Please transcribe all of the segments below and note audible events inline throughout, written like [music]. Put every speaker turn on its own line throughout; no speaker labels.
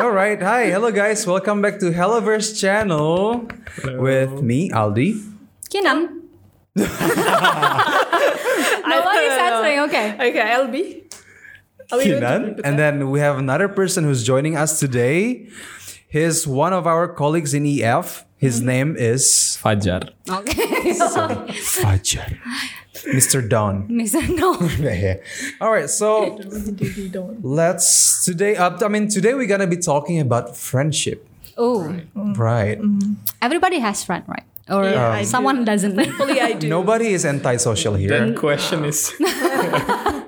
All right, hi, hello guys, welcome back to Helloverse channel with me, Aldi.
Kinan. no one is answering. Okay.
Okay, LB. Are we going to
Kinan.
Oh, repeat
And
that?
then we have another person who's joining us today. He's one of our colleagues in EF. His
Mm-hmm.
name is
Fajar.
[laughs]
Okay.
Fajar. Mr.
[laughs]
Don.
Mr. No.
All right, so let's today up. I mean, today we're gonna be talking about friendship,
Oh,
Mm.
right?
everybody has friend, right? Or
Yeah, I
someone doesn't.
Hopefully I do.
Nobody is antisocial here.
Then question
[laughs]
is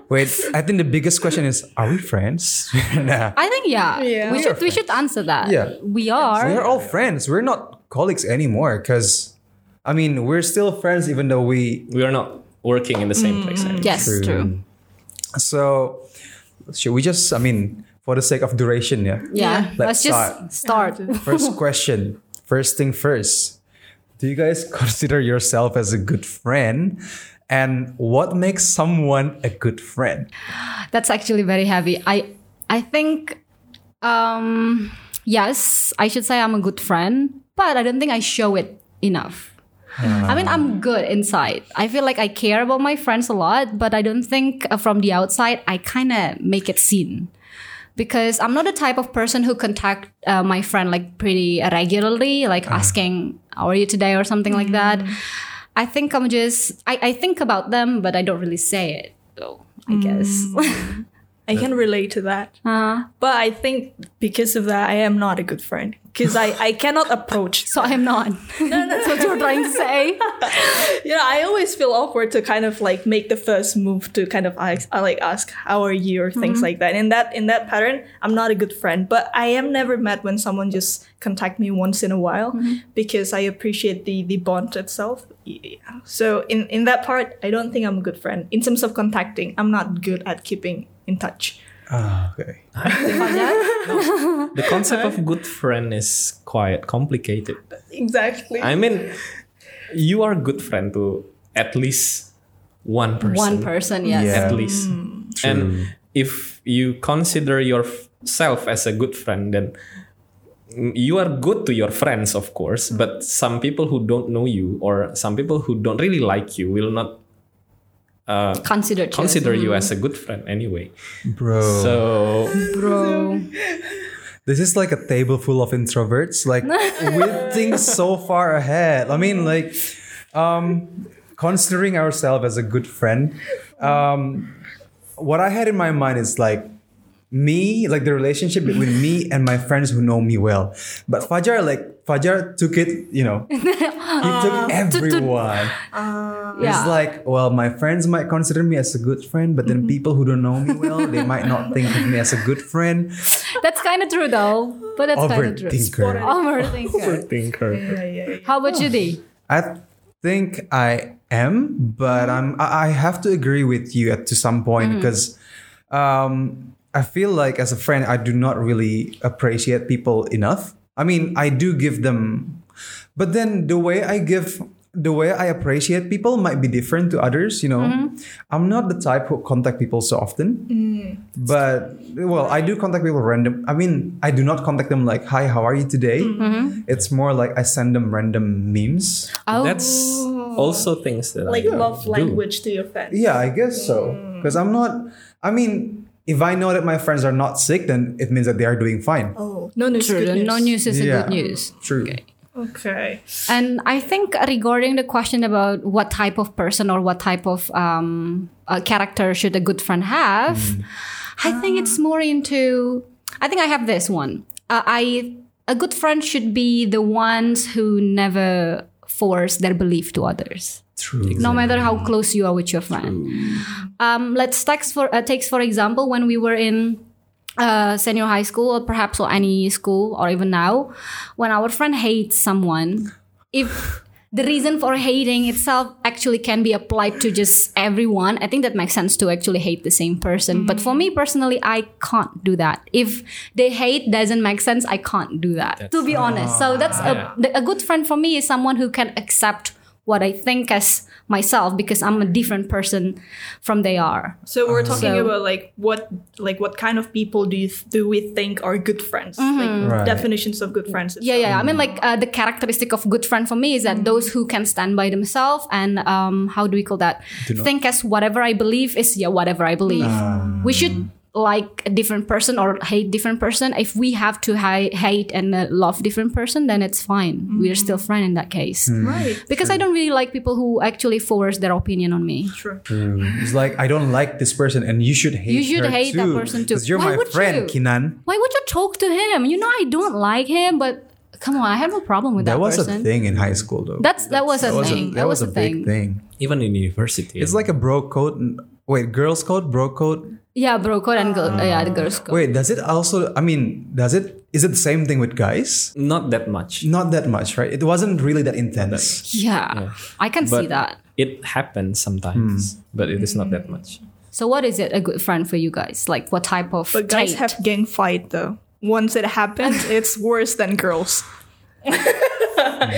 Wait, I think the biggest question is: Are we friends? [laughs] nah.
I think yeah.
Yeah.
We
We
should we should answer that.
Yeah.
We are.
We're all friends. We're not colleagues anymore because, I mean, we're still friends even though we.
we are not working in the same place. anymore.
yes, true.
So, should we just, I mean, for the sake of duration, yeah?
Yeah. Let's,
Let's
just start. [laughs]
First question, first thing first. Do you guys [laughs] consider yourself as a good friend? And what makes someone a good friend?
That's actually very heavy. I I think um yes, I should say I'm a good friend, but I don't think I show it enough. I mean, I'm good inside. I feel like I care about my friends a lot, but I don't think uh, from the outside I kind of make it seen. Because I'm not the type of person who contact uh, my friend like pretty regularly, like asking "How are you today?" or something like that. I think I'm just I, I think about them, but I don't really say it. though. I guess.
I can relate to that.
Uh,
But I think because of that, I am not a good friend. Because I, I cannot approach.
so I'm not. [laughs] That's what you're trying to say.
You know, I always feel awkward to kind of like make the first move to kind of ask, I like ask how are you or things like that. In that in that pattern, I'm not a good friend. But I am never mad when someone just contact me once in a while because I appreciate the the bond itself. Yeah. So in in that part, I don't think I'm a good friend. In terms of contacting, I'm not good at keeping in touch.
Ah, okay.
The concept of good friend is quite complicated.
Exactly.
I mean, you are a good friend to at least one person.
One person, yes.
Yeah.
At least. And if you consider yourself as a good friend, then you are good to your friends, of course. But some people who don't know you or some people who don't really like you will not
Considered. yes.
consider you as a good friend anyway.
Bro.
So
bro.
this is like a table full of introverts like we think so far ahead i mean like um considering ourselves as a good friend um what i had in my mind is like me like the relationship between me and my friends who know me well but fajar like fajar took it you know he took everyone
Yeah.
it's like, well, my friends might consider me as a good friend, but then people who don't know me well, they might not think of me as a good friend.
That's kind of true though. But that's kind of true.
Overthinker.
Overthinker.
thinker.
Yeah, yeah, yeah.
How about you, Dee?
I think I am, but I'm. I I have to agree with you at to some point because um, I feel like as a friend, I do not really appreciate people enough. I mean, I do give them, but then the way I give. The way I appreciate people might be different to others, you know. I'm not the type who contact people so often, but well, I do contact people random. I mean, I do not contact them like, "Hi, how are you today?" It's more like I send them random memes.
Oh,
That's also things that
like
I uh,
love
do.
language to your friends.
Yeah, I guess so.
Mm.
Because I'm not. I mean, if I know that my friends are not sick, then it means that they are doing fine.
Oh, no news.
true.
good
The
news.
No news is a
Yeah.
good news.
True.
Okay.
And I think regarding the question about what type of person or what type of um, uh, character should a good friend have, I think it's more into. I think I have this one. Uh, I a good friend should be the ones who never force their belief to others,
True.
no matter how close you are with your friend. Um, let's text for uh, takes for example when we were in uh, senior high school or perhaps or any school or even now when our friend hates someone if the reason for hating itself actually can be applied to just everyone i think that makes sense to actually hate the same person but for me personally i can't do that if they hate doesn't make sense i can't do that to be honest so that's a, the- a good friend for me is someone who can accept what I think as myself because I'm a different person from they are.
So we're talking
Um, So-
about like what like what kind of people do you th- do we think are good friends? Like
Right.
definitions of good friends.
Mm-hmm. Yeah, yeah. I mean, like uh, the characteristic of good friend for me is that those who can stand by themselves and um, how do we call that?
Do not- Ah.
Think as whatever I believe is yeah, whatever I believe. we should like a different person or hate different person. If we have to hi- hate and uh, love different person, then it's fine. We're still friend in that case.
Hmm.
Right.
Because I don't really like people who actually force their opinion on me.
Sure.
Mm. It's like I don't like this person, and you should hate.
You should
her
hate that
too,
person too.
'cause You're
Why
my
would
friend,
you?
Kinan.
Why would you talk to him? You know I don't like him, but come on, I have no problem with
That
that,
was a
person.
thing in high school, though.
That's that was a
that was a,
thing.
that was a big thing.
even in university.
It's like a bro code. Wait, girls code, bro code.
Yeah, bro code and girl,
Uh,
yeah, the girls code.
Wait, does it also? I mean, does it? Is it the same thing with guys?
not that much.
Not that much, right? It wasn't really that intense.
Yeah, I can see
But
that.
It happens sometimes,
Hmm.
but it is not that
[laughs]
much.
So what is it a good friend for you guys? Like what type of
But guys
trait?
have gang fight though. Once it
[laughs]
happens, it's worse than girls.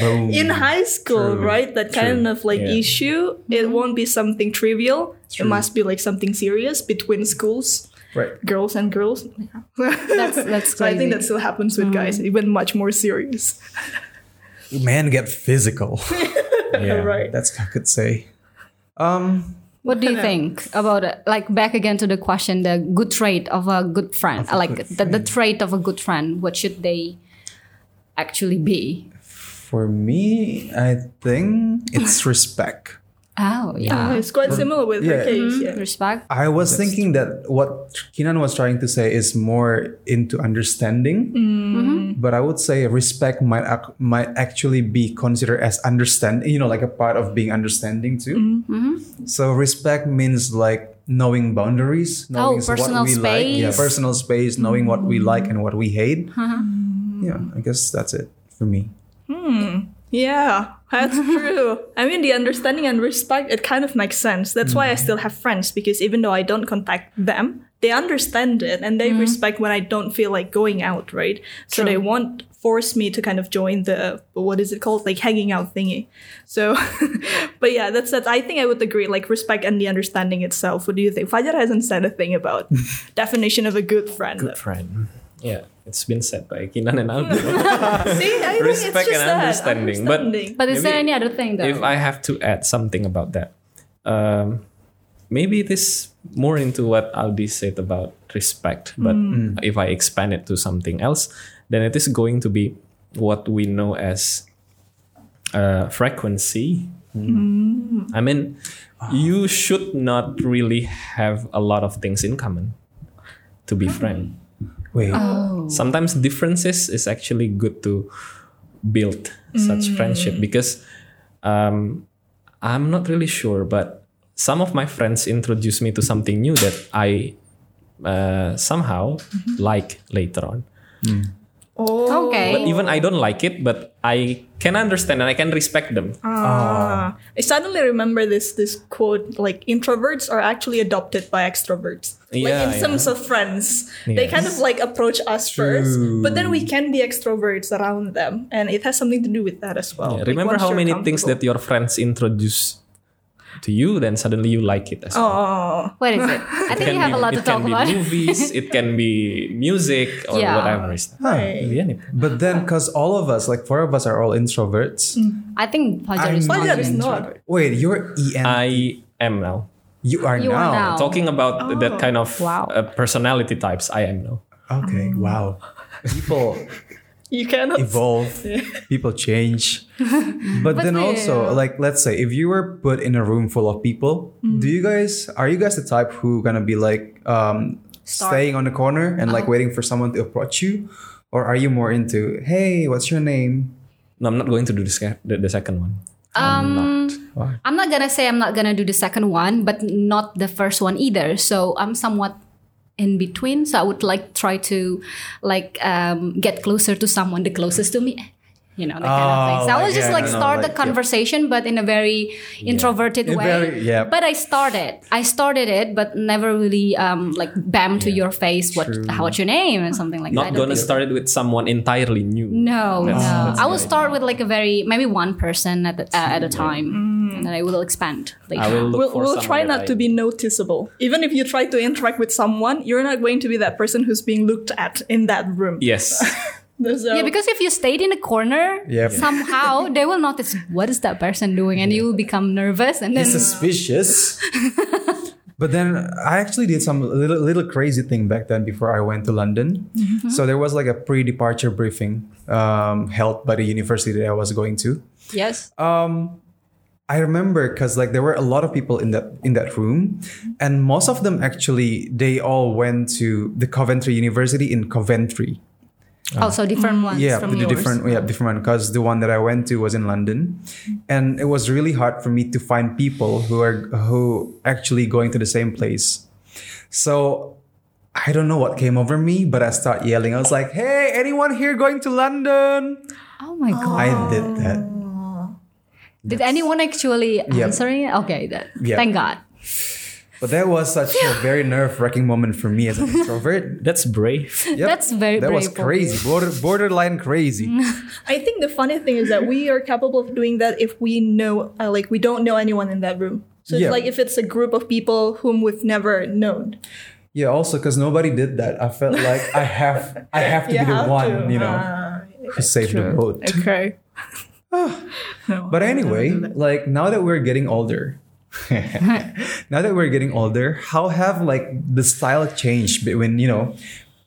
Boom.
in high school,
True.
right? That kind of like
Yeah.
issue, it
Mm-hmm.
won't be something trivial. It must be like something serious between schools,
right.
girls and girls.
that's that's
[laughs] So I
crazy.
think that still happens with guys, even much more serious.
Man, get physical. [laughs]
Yeah.
Right.
That's what I could say.
What do you think about uh, like back again to the question, the good trait of a good friend,
a
uh, like
good
the, the trait of a good friend? What should they actually be?
For me, I think
[laughs]
it's respect.
Oh yeah,
It's quite similar with
yeah.
her case. Yeah.
respect.
I was thinking that what Kinan was trying to say is more into understanding,
Mm-hmm.
but I would say respect might ac- might actually be considered as understanding. You know, like a part of being understanding too.
Mm-hmm.
Mm-hmm. So respect means like knowing boundaries, knowing
Oh, personal
what we like, yeah,
space.
personal space, knowing what we like and what we hate.
Mm-hmm.
Yeah, I guess that's it for me.
Yeah,
[laughs]
that's true. I mean, the understanding and respect, it kind of makes sense. That's why
Mm.
I still have friends because even though I don't contact them, they understand it and
Mm.
they respect when I don't feel like going out, right? So they won't force me to kind of join the, what is it called? Like hanging out thingy. So, [laughs] but yeah, that's that. I think I would agree, like respect and the understanding itself. What do you think? Fajar hasn't said a thing
[laughs]
about definition of a good friend.
Good friend. Yeah, it's been said by Kinan and Aldo.
See, I think it's
Respect
just
and
that,
understanding, but-
understanding.
But is there any
Maybe
other thing though?
if I have to add something about that, um, maybe it is more into what Aldi said about respect. But if I expand it to something else, then it is going to be what we know as uh, frequency. I mean, you should not really have a lot of things in common to be friend.
Wait,
Oh.
Sometimes differences is actually good to build such
Mm.
friendship because um, I'm not really sure, but some of my friends introduced me to something new that I uh, somehow
Mm-hmm.
like later on.
Oh.
okay,
Even I don't like it, but I can understand and I can respect them.
Ah, I suddenly remember this this quote like introverts are actually adopted by extroverts.
Yeah,
like in terms of friends, they kind of like approach us first,
True.
but then we can be extroverts around them, and it has something to do with that as well.
Yeah,
Like,
Remember
once
how
you're
many things that your
comfortable-
friends introduce to you, then suddenly you like it as well.
Oh,
what is
[laughs]
it? I think you
It can
have a
be-
lot to
it can
talk
be
about.
movies, it can be music or
[laughs] Yeah.
whatever. It's
Huh.
really anything.
Uh-huh.
but then because all of us, like four of us, are all introverts.
Mm,
I think Pajar
I'm not
is not.
Fajar is
an
not.
Wait, you're EN.
I am now.
you are
You are now.
Talking about that kind of
Wow.
uh, personality types, I am now.
Okay,
Mm. [laughs]
wow. People
You cannot.
evolve, people
[laughs]
change. But, then
they-
also, like let's say if you were put in a room full of people,
Mm.
do you guys are you guys the type who gonna be like um staying on the corner and
Uh-huh.
like waiting for someone to approach you? Or are you more into, hey, what's your name?
No, I'm not going to do the, sec- the, the second one.
Um,
Why?
I'm not gonna say I'm not gonna do the second one, but not the first one either. So I'm somewhat in between. So I would like try to like um, get closer to someone, the closest to me. you know, that kind of thing. So I
Oh,
was just
yeah,
like
no, no,
start the
like, yeah.
conversation, but in a very introverted
In
way.
very- yeah.
But I started, I started it, but never really um like bam to your face. What?
True.
How? What's your name? And something like that. I
Not
don't
gonna
think-
start it with someone entirely new.
No,
That's-
no.
that's
I will
good. Mm.
start with like a very maybe one person at the, uh, at a time,
Mm.
and then I will expand later.
I will look
We'll,
for
we'll try
someone that
not
I-
to be noticeable. Even if you try to interact with someone, you're not going to be that person who's being looked at in that room.
Yes.
So-
Yeah, because if you stayed in a corner,
Yep. [laughs]
somehow they will notice what is that person doing, and you will become nervous, and then
It's suspicious. but then I actually did some little, little crazy thing back then before I went to London. So there was like a pre-departure briefing um, held by the university that I was going to.
yes,
Uh, I remember because like there were a lot of people in that in that room, and most of them actually they all went to the Coventry University in Coventry.
also different ones
mm, yeah,
from
the
yours.
different yeah different one because the one that I went to was in London, and it was really hard for me to find people who are who actually going to the same place. So I don't know what came over me, but I start yelling. I was like, "Hey, anyone here going to London?"
Oh my god!
I did that.
Did anyone actually
Yeah.
answer it? Okay, that,
Yeah.
thank God.
But that was such a very nerve-wracking moment for me as an introvert.
That's brave.
Yep.
[laughs] That's very
that was
brave of
crazy Border, borderline crazy
I think the funny thing is that we are capable of doing that if we know, uh, like, we don't know anyone in that room. So
Yeah.
it's like if it's a group of people whom we've never known.
yeah also because nobody did that i felt like i have i have to
You
be the
have
one
to,
you know
uh,
who saved the boat
okay.
Ah. but anyway like now that we're getting older [laughs] now that we're getting older how have like the style changed between you know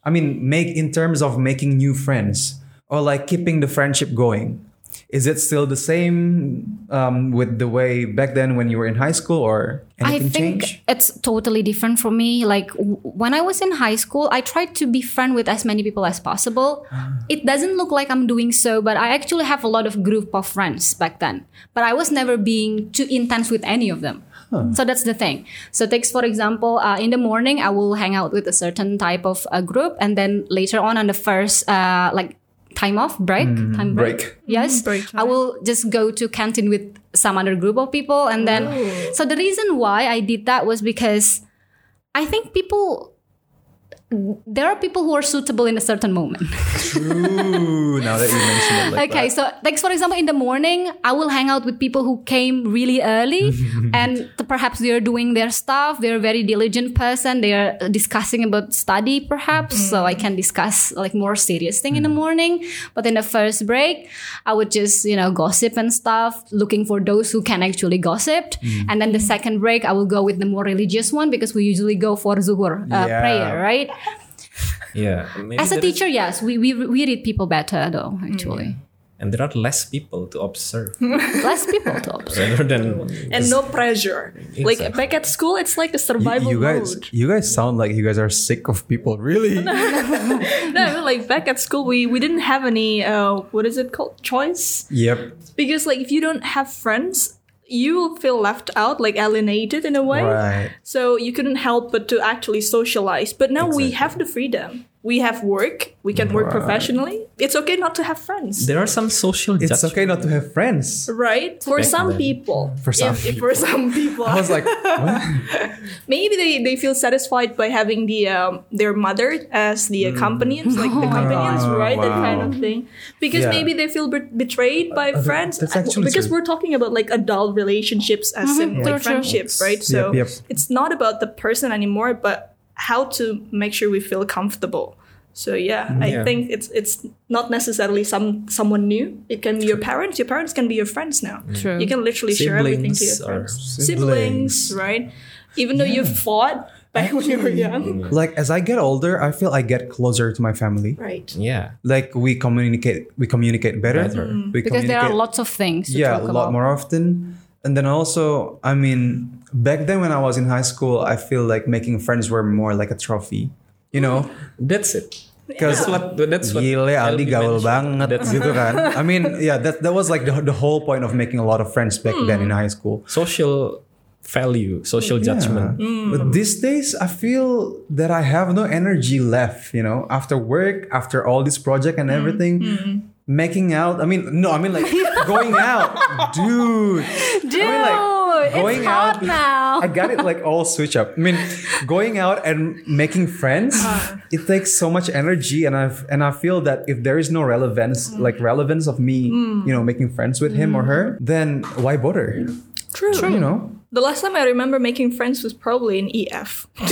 i mean make in terms of making new friends or like keeping the friendship going is it still the same um, with the way back then when you were in high school or
I
anything
think
change
it's totally different for me. Like w- when I was in high school, I tried to be friend with as many people as possible.
Ah.
It doesn't look like I'm doing so, but I actually have a lot of group of friends back then. But I was never being too intense with any of them. So that's the thing. So takes for example, uh, in the morning I will hang out with a certain type of uh, group, and then later on on the first uh, like time off break, time break.
Mm, break.
Mm-hmm. Yes,
break
I will just go to canteen with some other group of people, and then so the reason why I did that was because I think people there are people who are suitable in a certain moment.
Ooh, now that you mention it like
okay,
that.
so like for example, in the morning, I will hang out with people who came
[laughs]
really early, and t- perhaps they're doing their stuff. They're a very diligent person. They are uh, discussing about study, perhaps.
Mm-hmm.
So I can discuss like more serious thing in the morning. But in the first break, I would just you know gossip and stuff, looking for those who can actually gossip.
Mm-hmm.
And then the second break, I will go with the more religious one because we usually go for zuhur uh,
Yeah.
prayer, right?
Yeah. Maybe
As a
there is-
teacher, yes, we, we we read people better though actually.
and there are less people to observe [laughs]
less people to
[laughs]
observe.
rather than
And no pressure. Like back at school, it's like a survival
you, you guys,
mode.
you guys sound like you guys are sick of people. Really?
No, I mean, like back at school, we we didn't have any uh, what is it called choice
yep.
because like if you don't have friends, you will feel left out, like alienated in a way.
Right.
So you couldn't help but to actually socialize. But now we have the freedom. We have work. We can work professionally. It's okay not to have friends.
there are some social
It's
judgment.
okay not to have friends.
Right for
Back
some
then.
people,
For some
if, if for some people,
[laughs] I was like, what?
maybe they, they feel satisfied by having the um, their mother as the companions,
[laughs]
like the companions,
Mm. Oh God.
right? That
Wow.
kind of thing. Because
Yeah.
maybe they feel bet- betrayed by
that-
friends.
that's
Uh,
actually
because
true.
we're talking about like adult relationships as in
True,
like
true.
friendships, right? So
yep.
it's not about the person anymore, but how to make sure we feel comfortable. So yeah, I
Mm,
Yeah.
think it's it's not necessarily some someone new. It can be your parents. Your parents can be your friends now.
True.
You can literally share everything to your
siblings or
friends siblings, right? Even though you fought back when you were
Mm.
young.
Like as I get older, I feel I get closer to my family.
Right.
yeah
Like we communicate, we communicate better.
Better. Mm.
We
Mm-hmm. because there are
communicate-
lots of things to
yeah,
talk
a lot
about.
more often. And then also, I mean, back then when I was in high school, I feel like making friends were more like a trophy. You
[laughs]
know,
that's it
because
that's what that's what
Gile, Aldi
Elvi
gaul
mentioned.
banget
That's-
gitu kan.
[laughs]
I mean, yeah, that that was like the, the whole point of making a lot of friends back then
Hmm.
in high school.
social value social judgment
Mm.
But these days, I feel that
Mm-hmm.
I have no energy left. You know, after work, after all this project and everything, making out. I mean, no, I mean
[laughs]
like going out, dude.
Dude,
I mean, like,
it's hot now.
I got it like all switch up. I mean, going out and making friends,
Uh-huh.
it takes so much energy, and I and I feel that if there is no
Mm.
relevance, like relevance of me, you know, making friends with him or her, then why bother?
True.
You know.
The last time I remember making friends was probably in EF. [laughs] like I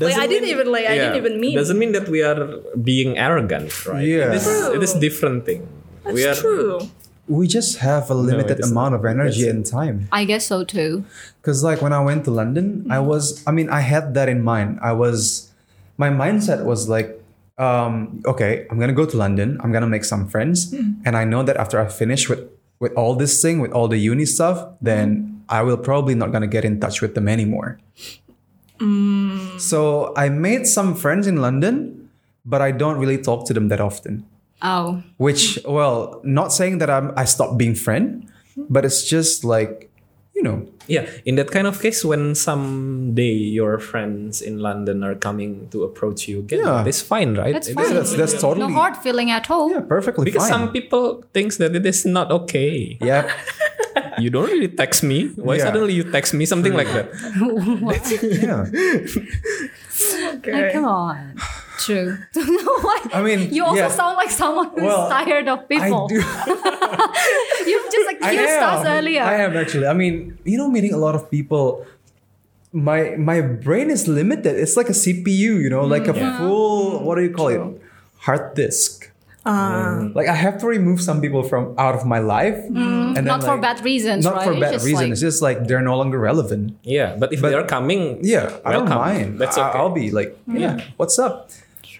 Doesn't
didn't
mean-
even like I
yeah.
didn't even mean.
Doesn't mean that we are being arrogant, right?
Yeah.
It is, it is
True.
different thing.
That's
we are
true.
We just have a limited
is
amount of energy
It's-
and time.
I guess so too.
Because like when I went to London, I was I mean I had that in mind. I was my mindset was like, um, okay, I'm gonna go to London. I'm gonna make some friends, and I know that after I finish with with all this thing, with all the uni stuff, then I will probably not gonna get in touch with them anymore. So I made some friends in London, but I don't really talk to them that often
Oh,
which well not saying that i'm i stopped being friend but it's just like you know
Yeah, in that kind of case, when someday your friends in London are coming to approach you again,
Yeah.
it's fine, right?
that's
It
fine.
is-
that's- that's
no
totally-
hard feeling at all.
yeah perfectly
Because
fine
some people thinks that it is not okay.
yeah
You don't really text me. Why
Yeah.
suddenly you text me something like that?
yeah
Okay.
Like, come
[sighs]
on. True. [laughs]
I
Why-
mean,
you also
yeah.
sound like someone who's
Well,
tired of
i
[laughs] people. [laughs]
do
You've just
[laughs] I
accused us earlier.
I am actually. I mean, you know, meeting a lot of people. My my brain is limited. It's like a CPU, you know,
Mm-hmm.
like a full what do you call it? Hard disk.
Ah.
Mm. like I have to remove some people from out of my life, and
Mm. Not for bad reasons,
Not for
right?
bad
Just
reasons.
like-
it's just like they're no longer relevant.
Yeah, but if they are coming,
Yeah, I don't
welcome.
mind.
That's
I-
okay.
I'll be like, yeah, what's up?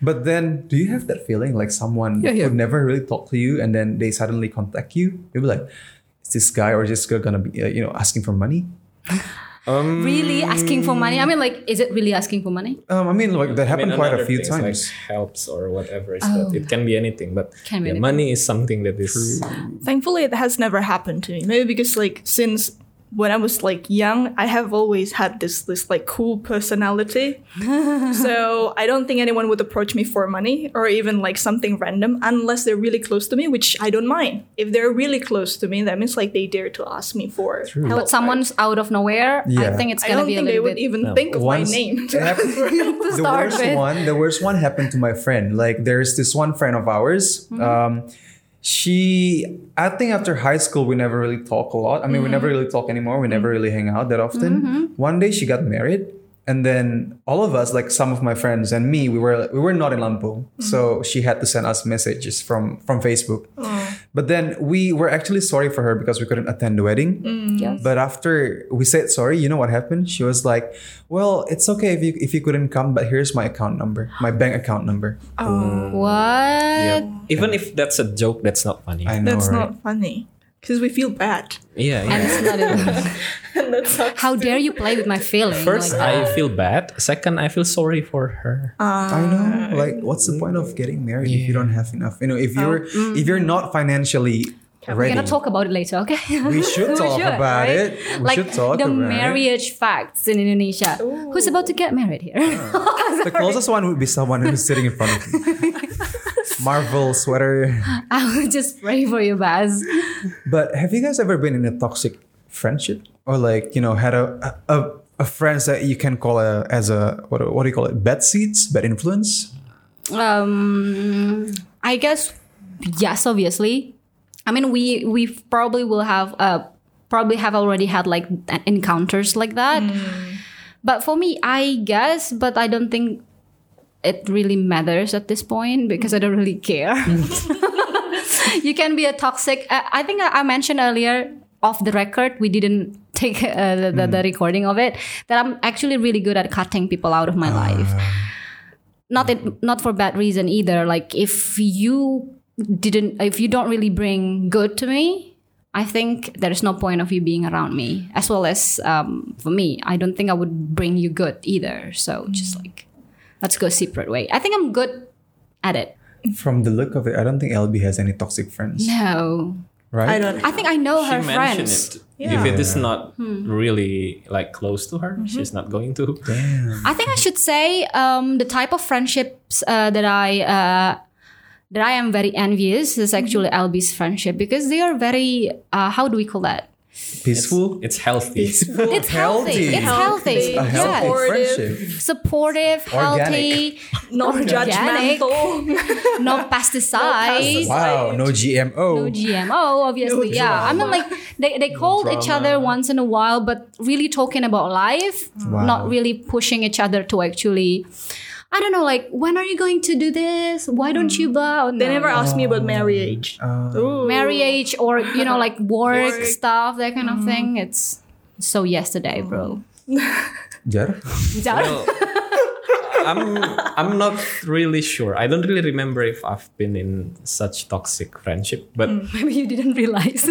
But then, do you have that feeling like someone
Yeah, yeah.
who never really talked to you and then they suddenly contact you? You'll be like, is this guy or this girl gonna be, uh, you know, asking for money?
um,
really asking for money. I mean, like, is it really asking for money?
Um, I mean, like that
I
happened
mean,
quite a
another
few
thing
times.
is Like helps or whatever is
Oh.
that. It can be anything, but
Can be anything.
yeah, money is something that is.
Thankfully, it has never happened to me. Maybe because like since when I was like young, I have always had this this like cool personality. so I don't think anyone would approach me for money or even like something random unless they're really close to me, which I don't mind. If they're really close to me, that means like they dare to ask me for help.
But someone's out of nowhere. I
Mm. Yeah.
think it's
I
gonna
don't
be a
think they
little
would
bit.
even think of my
[laughs]
name.
it happened- the
start
worst
with.
one, the worst one happened to my friend. Like there's this one friend of ours.
Mm-hmm.
Um, she, I think after high school we never really talk a lot. I mean, we
Mm-hmm.
never really talk anymore. We never really hang out that often. One day she got married, and then all of us, like some of my friends and me, we were we were not in Lampung,
Mm-hmm.
so she had to send us messages from from Facebook.
Oh.
But then we were actually sorry for her because we couldn't attend the wedding.
Mm.
Yes.
But after we said sorry, you know what happened? She was like, "Well, it's okay if you if you couldn't come, but here's my account number, my bank account number."
Mm. What?
Even if that's a joke, that's not funny.
I know,
[laughs] That's
right?
not funny because we feel bad. [laughs]
yeah,
And
yeah.
it's not even-
[laughs]
and that sucks.
How dare you play with my feelings?
First,
like
I
that? Uh,
feel bad. Second, I feel sorry for her.
I know. Like, what's the point of getting married if you don't have enough? You know, if you're if you're not financially
We're
ready,
gonna talk about it later, okay?
we
[laughs]
should talk about
right?
it. We
like
should talk
the
about it.
marriage facts in Indonesia. Who's about to get married here?
The closest one would be someone who's sitting in front of me. Marvel sweater.
[laughs] I will just pray for you, Baz.
But have you guys ever been in a toxic friendship, or like you know had a a, a, a friends that you can call a as a what, what do you call it bad seeds, bad influence?
Um, I guess yes, obviously. I mean, we we probably will have uh probably have already had like en- encounters like that. But for me, I guess, but I don't think it really matters at this point because I don't really care. [laughs] you can be a toxic. Uh, I think I, I mentioned earlier off the record. We didn't take uh, the, the, the recording of it. That I'm actually really good at cutting people out of my life not it not for bad reason either like if you didn't if you don't really bring good to me i think there's no point of you being around me as well as um, for me i don't think i would bring you good either so just like let's go separate way i think i'm good at it
From the look of it, I don't think LB has any toxic friends,
no
right?
I don't.
i think i know
She
her
mentioned
friends Hmm.
it. If it is not really like close to
Mm-hmm.
her, she's not going to.
Damn.
I think I should say um, the type of friendships uh, that I uh, that I am very envious is actually Albie's friendship because they are very uh, how do we call that?
Peaceful.
It's healthy. [laughs]
It's [laughs]
Healthy.
healthy. It's healthy.
a
Healthy.
healthy
Yes.
Supportive.
friendship.
Supportive, healthy,
non-judgmental.
[laughs] no pesticides.
Wow, no
no
GMO.
GMO, obviously.
No
yeah, I mean,
drama.
like they, they called each other once in a while, but really talking about life,
Wow.
not really pushing each other to actually. I don't know, like when are you going to do this? Why don't you blah? No,
They never
no.
asked me about marriage. Ooh.
marriage or you know like work,
Work.
stuff that kind of thing. It's so yesterday, bro.
Jar?
Well, I'm I'm not really sure. I don't really remember if I've been in such toxic friendship, but
[laughs] Maybe you didn't realize.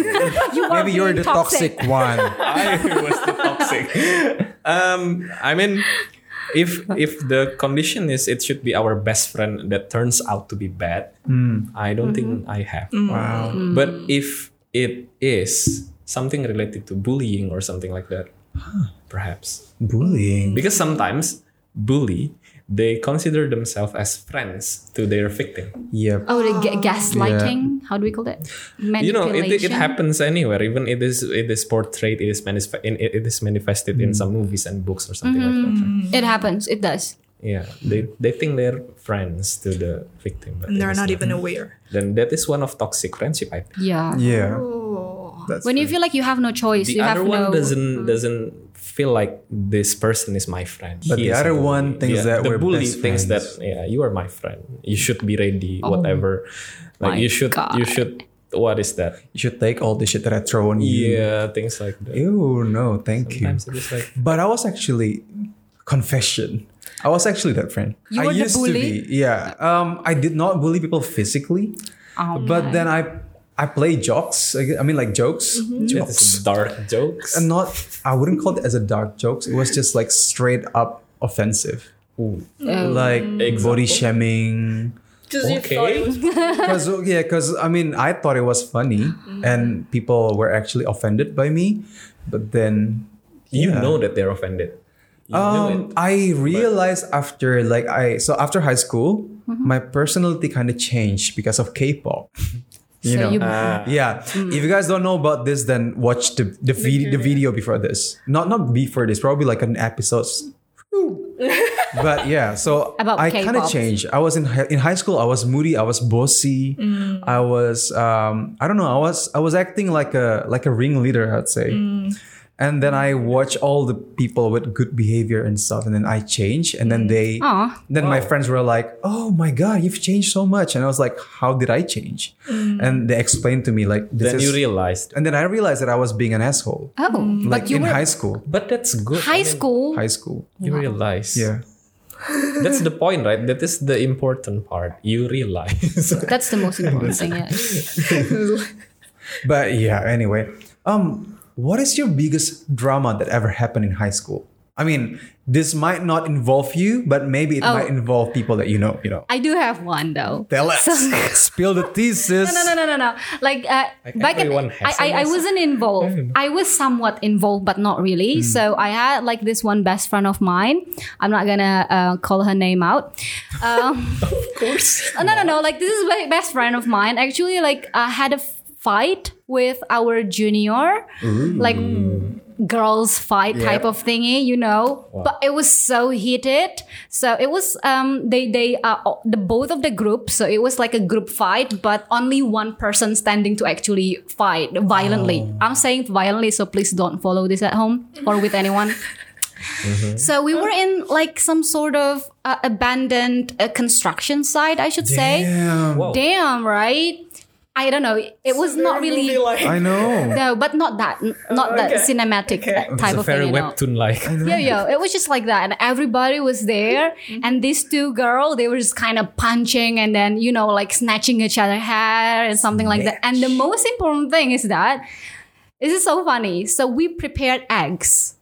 you are
Maybe you're the
being
toxic, one.
I was the toxic. Um, I mean, if if the condition is it should be our best friend that turns out to be bad, I don't think I have.
Wow.
But if it is something related to bullying or something like that, perhaps
Bullying.
because sometimes bully they consider themselves as friends to their victim.
Yep.
Oh, the ga- gaslighting. How do we call that? Manipulation.
You know, it, it happens anywhere. Even it is it is portrayed, it is manif- in, it, it is manifested in some movies and books or something like that. right?
It happens. It does.
Yeah, they they think they're friends to the victim, but
And
it
they're
is
not even aware.
Then that is one of toxic friendship. I think.
Yeah.
Yeah. That's
when you feel like you have no choice, you
The
have
other one
no. Mm.
doesn't doesn't feel like this person is my friend.
But
He
the
is a
other
bully.
one thinks
Yeah,
that
the
we're
bully
best
thinks that
friends.
yeah, you are my friend. You should be ready. Whatever,
Oh my
like you should you
God.
should. What is that?
you should take all the shit that I throw on you.
Yeah, things like that.
Ew, no, thank you.
Sometimes it is like
But I was actually confession. I was actually that friend.
You
I
were the
used
bully?
to be. Yeah. Um, I did not bully people physically,
Oh
but
my.
then I I play jokes. I I mean, like jokes,
Mm-hmm.
that is
jokes.
dark jokes.
And not. I wouldn't call it as a dark jokes. It was just like straight up offensive,
Ooh.
Oh.
like body
[laughs]
Example?
shaming.
Just
Okay.
you thought
[laughs]
it was
Cause oh, yeah, cause I mean, I thought it was funny,
Mm-hmm.
and people were actually offended by me. But then
You
Yeah.
know that they're offended. You know
Um,
it.
I realized after like I so after high school,
Mm-hmm.
my personality kind of changed because of K-pop. [laughs] You
so
know,
you,
Ah.
yeah. If you guys don't know about this, then watch the the, vid- the video before this. Not not before this, probably like an
[laughs]
episode. but yeah, so
About
I kind of
K-pop.
changed. I was in hi- in high school. I was moody. I was bossy.
Mm.
I was um I don't know. I was I was acting like a like a ringleader. I'd say.
Mm.
And then I watch all the people with good behavior and stuff, and then I change, and
Mm.
then they,
Aw.
then my
Wow.
friends were like, "Oh my god, you've changed so much!" And I was like, "How did I change?"
Mm.
And they explained to me like, "This
then
is,"
you realized.
and then I realized that I was being an asshole,
oh,
like
but
in
you were Oh.
high school,
But that's good. I
high
mean,
school.
high school.
You realize.
Yeah,
That's the point, right? That is the important part. You realize. [laughs]
[laughs] That's the most important thing. Yes.
but yeah. Anyway, um, what is your biggest drama that ever happened in high school? I mean, this might not involve you, but maybe it
Oh.
might involve people that you know. You know,
I do have one though.
tell
[laughs]
us,
So-
spill the thesis.
no, no, no, no, no. Like, uh,
Like
back in,
everyone
I,
has
I, I
almost.
wasn't involved. I was somewhat involved, but not really. So I had like this one best friend of mine. I'm not gonna uh, call her name out. Um,
of
[laughs]
course.
Uh, no, no, no. Like this is my best friend of mine. Actually, like I had a fight with our junior, like girls fight type of thingy, you know. But it was so heated. So it was um they they uh the both of the group. So it was like a group fight, but only one person standing to actually fight violently. I'm saying violently, so please don't follow this at home or with anyone. [laughs] So we were in like some sort of uh, abandoned uh, construction site, I should say.
Damn.
Wow.
Damn, right? I don't know. It was not really
I know.
no, but not that, n- not that
okay.
cinematic
Okay.
uh,
Oh. It's
type
a
of thing.
very
You know.
webtoon like.
Yeah, yeah. It was just like that, and everybody was there.
Mm-hmm.
And these two girls, they were just kind of punching, and then you know, like snatching each other hair and something like that. And the most important thing is that this is so funny. So we prepared eggs.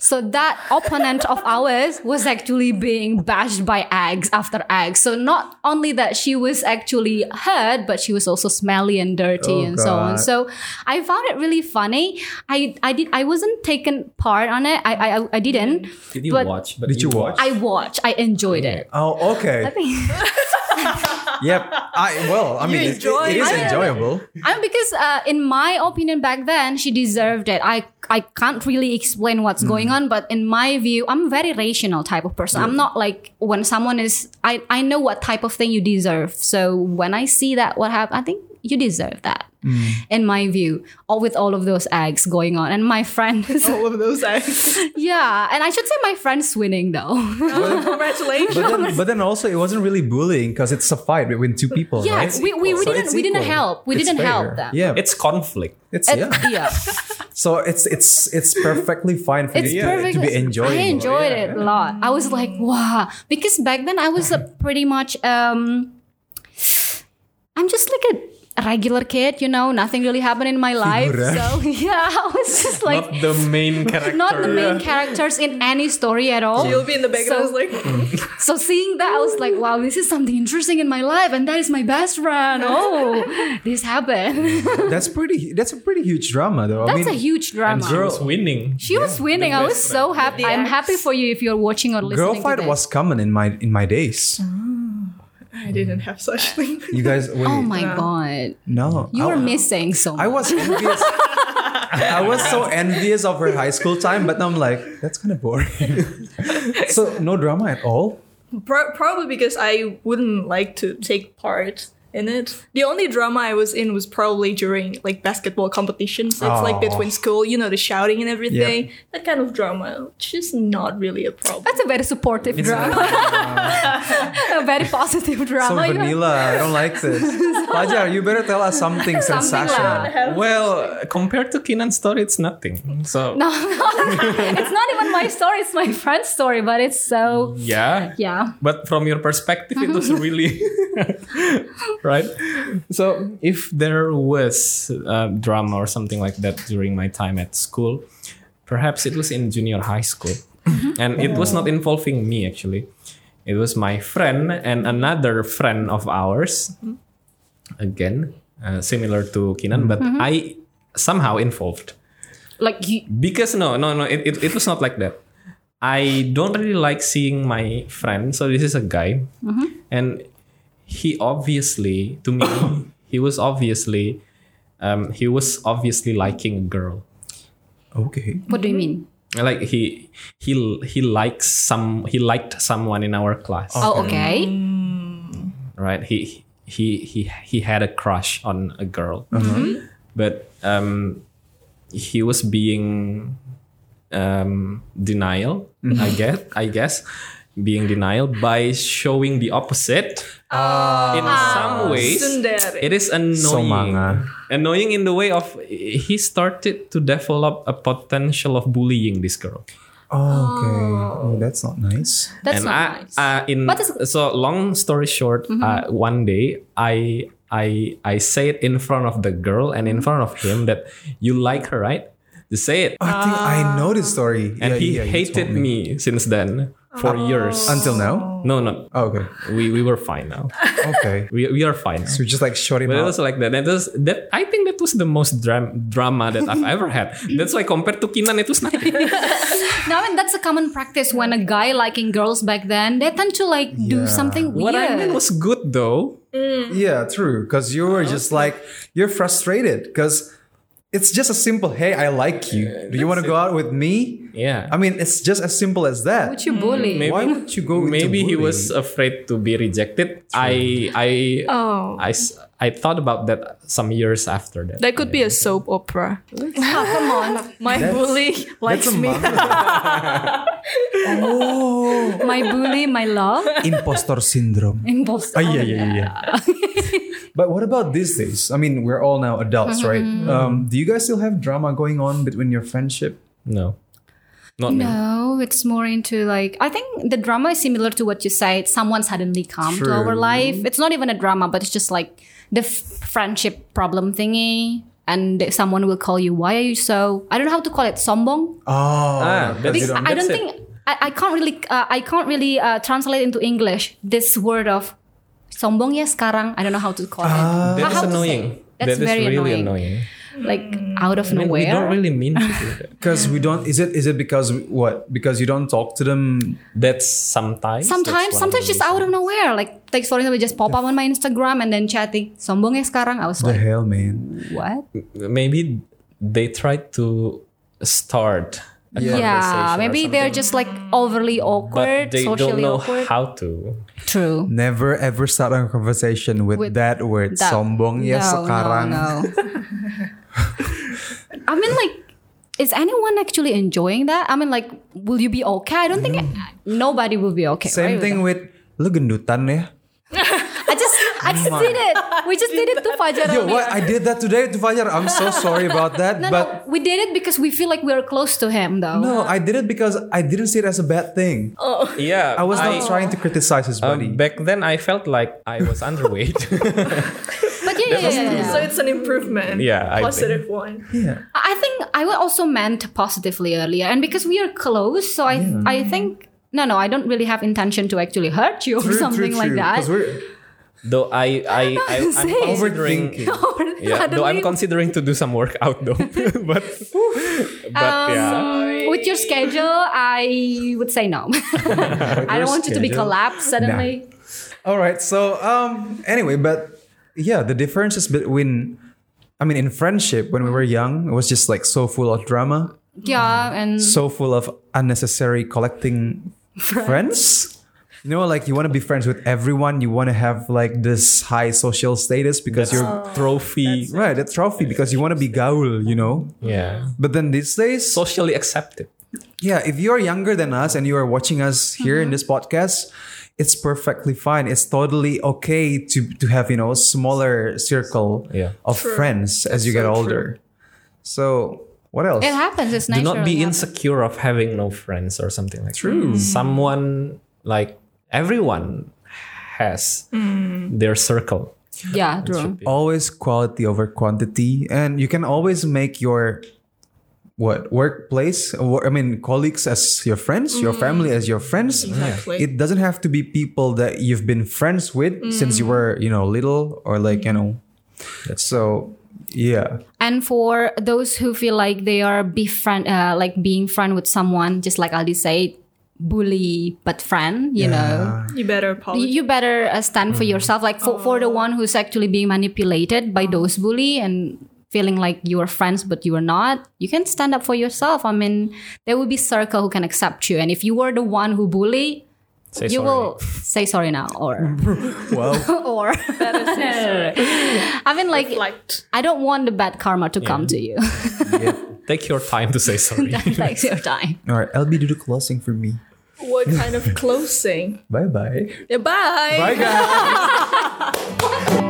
So that opponent of ours was actually being bashed by eggs after eggs. So not only that she was actually hurt, but she was also smelly and dirty
Oh,
and so on.
God.
So I found it really funny. I I did I wasn't taken part on it. I I, I didn't.
Did you
But-
watch? But
Did you watch?
I watched. I enjoyed it.
Oh, okay.
I think
yep. I well, I
[laughs]
mean, it-
enjoy
it is
it.
enjoyable.
I'm because uh, in my opinion back then she deserved it. I I can't really explain what's
Mm.
going on, but in my view, I'm a very rational type of person. I'm not like when someone is I I know what type of thing you deserve. So when I see that what happened, I think you deserve that.
Mm.
In my view, all with all of those eggs going on, and my friend,
[laughs]
[laughs]
Oh.
All of
[laughs]
those eggs.
yeah, and I should say my friend's winning though.
[laughs] Congratulations.
But then, but then also, it wasn't really bullying because it's a fight between two people.
[laughs] Yeah,
right?
it's- we- we- we
So
didn't-
it's
we didn't
equal.
help. We
It's
didn't help
fair.
them.
Yeah,
It's conflict.
it's
It's- [laughs]
yeah.
yeah.
So it's it's it's perfectly fine for
It's
you to-
perfect.
to be enjoyed.
I enjoyed it a lot. I was like, wow, because back then I was a pretty much um, I'm just like a regular kid, you know, nothing really happened in my life.
Figura.
So [laughs] yeah, I was just like
not the main character.
[laughs] not the main characters in any story at all.
You'll be in the background
So-
like, "Mm,
So seeing that, I was like, wow, this is something interesting in my life, and that is my best
[laughs]
friend. Oh, this happened.
That's pretty. That's a pretty huge drama, though.
[laughs]
I
That's
mean,
a huge drama.
She was winning.
She was winning. I was so happy. I'm happy for you if you're watching or listening.
girl
to Oh
fight
this.
was common in my in my days.
I didn't have [laughs] such thing.
You guys, wait,
Oh my god,
no,
you
I-
were missing so much.
I was envious. I was
[laughs]
so envious of her high school time, but now I'm like, that's kind of boring. [laughs] so no drama at all.
Pro- probably because I wouldn't like to take part in it. The only drama I was in was probably during like basketball competitions. It's like
Oh.
between school, you know, the shouting and everything. That kind of drama, which is not really a problem.
That's a very supportive drama. [laughs] a very positive
So
drama. You have-
vanilla. I don't like [laughs] this. Fajar, you better tell us something sensational.
lah.
Well, compared to Kinan's story, it's nothing. So
No, it's not even my story. It's my friend's story, but it's so [laughs]
yeah,
yeah.
but from your perspective it was really [laughs] right so if there was uh, drama or something like that during my time at school perhaps it was in junior high school and it was not involving me actually it was my friend and another friend of ours again uh, similar to kinan but i somehow involved
Like you,
because no no no it, it, it was not like that i don't really like seeing my friend so this is a guy and he obviously to me he was obviously um, he was obviously liking a girl
Okay.
what do you mean?
like he he he likes some he liked someone in our class
Oh, okay.
right? He he he he had a crush on a girl, but um, he was being um, denial. I guess I guess being denial by showing the opposite in some ways.
Tsundere.
It is annoying.
manga.
Annoying in the way of he started to develop a potential of bullying this girl.
Okay. Oh, that's not nice.
That's
and
not
I,
nice. Mm-hmm.
uh, in
But it's-
so long story short, uh, one day I I I say it in front of the girl and in front of him that you like her, right? You say it,
I think I know this story.
and
Ah, Yeah,
he
yeah, you
hated
told
me. since then for
Oh.
years.
until now.
no, no,
Oh, okay.
we we were fine now.
[laughs] Okay.
We, we are fine. Now.
So just like shut him
But it
out.
was like that. That was that. I think that was the most dram- drama that I've ever had. That's why compared to Kinan, it
[laughs]
was nothing.
now, I mean, that's a common practice when a guy liking girls back then, they tend to like
Yeah.
do something weird.
What I meant was good though.
Yeah, true. Because you were just like you're frustrated because it's just a simple hey, I like you. Do you want to go out with me?
Yeah.
I mean, it's just as simple as that.
Would you bully?
Mm, Maybe-
Why would you go? into
maybe he
bullying?
was afraid to be rejected i i
Oh.
I, s- I thought about that some years after that
That could be a soap opera. Ah,
Come on,
[laughs] My bully
That's
likes
a [laughs]
me.
manga. oh,
my bully, my love,
imposter syndrome.
imposter.
Oh, yeah, yeah, yeah, yeah. but what about these days? I mean, we're all now adults, right?
Mm-hmm.
Um, do you guys still have drama going on between your friendship?
no not me.
No, Oh, it's more into like I think the drama is similar to what you said. Someone suddenly come to
True.
our life. It's not even a drama, but it's just like the f- friendship problem thingy. And someone will call you, why are you so? I don't know how to call it, sombong.
Oh,
Ah,
because
that's-
you don't-
I don't
it.
think I, I can't really uh, I can't really uh, translate into English this word of sombong ya sekarang. I don't know how to call it.
that
How to say?
is annoying
That's
That is
very
really
annoying.
annoying,
like out of
I mean, we
nowhere.
don't really mean to
[laughs]
do that.
Because we don't. Is it? Is it because we- what? Because you don't talk to them.
That's sometimes.
sometimes sometimes just out of nowhere like like for example just pop up on my Instagram and then chatting sombongnya sekarang I was
The
like
hell, man.
what
Maybe they try to start. A
yeah
conversation or
maybe they're
something,
just like overly awkward
But they don't
socially
know
awkward
how to.
true
Never ever start a conversation with,
With
that word
that-
sombong ya
no,
sekarang. [laughs]
no, no. I mean like is anyone actually enjoying that I mean like will you be okay I don't think nobody will be okay right
Same
with
thing with lu gendutan ya.
that. I just I just did it we just did it to Fajar
Yo,
earlier.
what? I did that today to Fajar. I'm so sorry about that.
no,
but
no, we did it because we feel like we are close to him, though.
no, I did it because I didn't see it as a bad thing.
Oh,
Yeah,
I was not trying to criticize his
uh,
body.
back then, I felt like I was
[laughs]
underweight.
But yeah, yeah, yeah, yeah, yeah.
So it's an improvement.
Yeah, I think.
positive one.
yeah.
I think I was also meant positively earlier, and because we are close, so I I think no, no, I don't really have intention to actually hurt you or something like that. [laughs]
Because we're
though I, I, I
know how to
I'm
say it.
considering.
overthinking.
Yeah,
I don't
though I'm
really-
considering to do some
[laughs]
workout though, [laughs] but but yeah,
Um, with your schedule, I would say no. [laughs] I don't want you to be
schedule?
collapsed suddenly.
All right. So um anyway, but yeah, the differences between I mean in friendship when we were young, it was just like so full of drama,
Yeah, and
so full of unnecessary
[laughs]
collecting friends. You know, like you want to be friends with everyone. You want to have like this high social status because you're
oh,
trophy.
right a trophy because you want to be gaul. You know,
Yeah,
but then these days,
socially accepted.
Yeah, if you're younger than us and you are watching us here in this podcast, it's perfectly fine. It's totally okay to to have, you know, smaller circle
Yeah.
of friends as you get older. So, what else?
it happens. It's
Do
natural.
not be
yeah.
insecure of having no friends or something like True. that. Mm. Someone like everyone has
Mm.
their circle.
Yeah, true.
Always quality over quantity and you can always make your what workplace or I mean colleagues as your friends, your family as your friends.
Exactly.
It doesn't have to be people that you've been friends with since you were, you know, little or like, you know, so yeah.
And for those who feel like they are befriend, uh, like being friend with someone, just like Aldi said, bully but friend, you know.
You better apologize.
You better uh, stand for yourself. Like for, for the one who's actually being manipulated by those bully and feeling like you are friends but you are not, you can stand up for yourself. I mean, there will be circle who can accept you. And if you were the one who bully,
Say
you
sorry.
will say sorry now or
Well,
[laughs] or. [laughs] I mean, like
Liked.
I don't want the bad karma to come to you. [laughs]
Take your time to say sorry. [laughs]
Thanks your time.
All right, LB do the closing for me.
What kind of closing?
Bye bye.
Yeah, bye.
guys.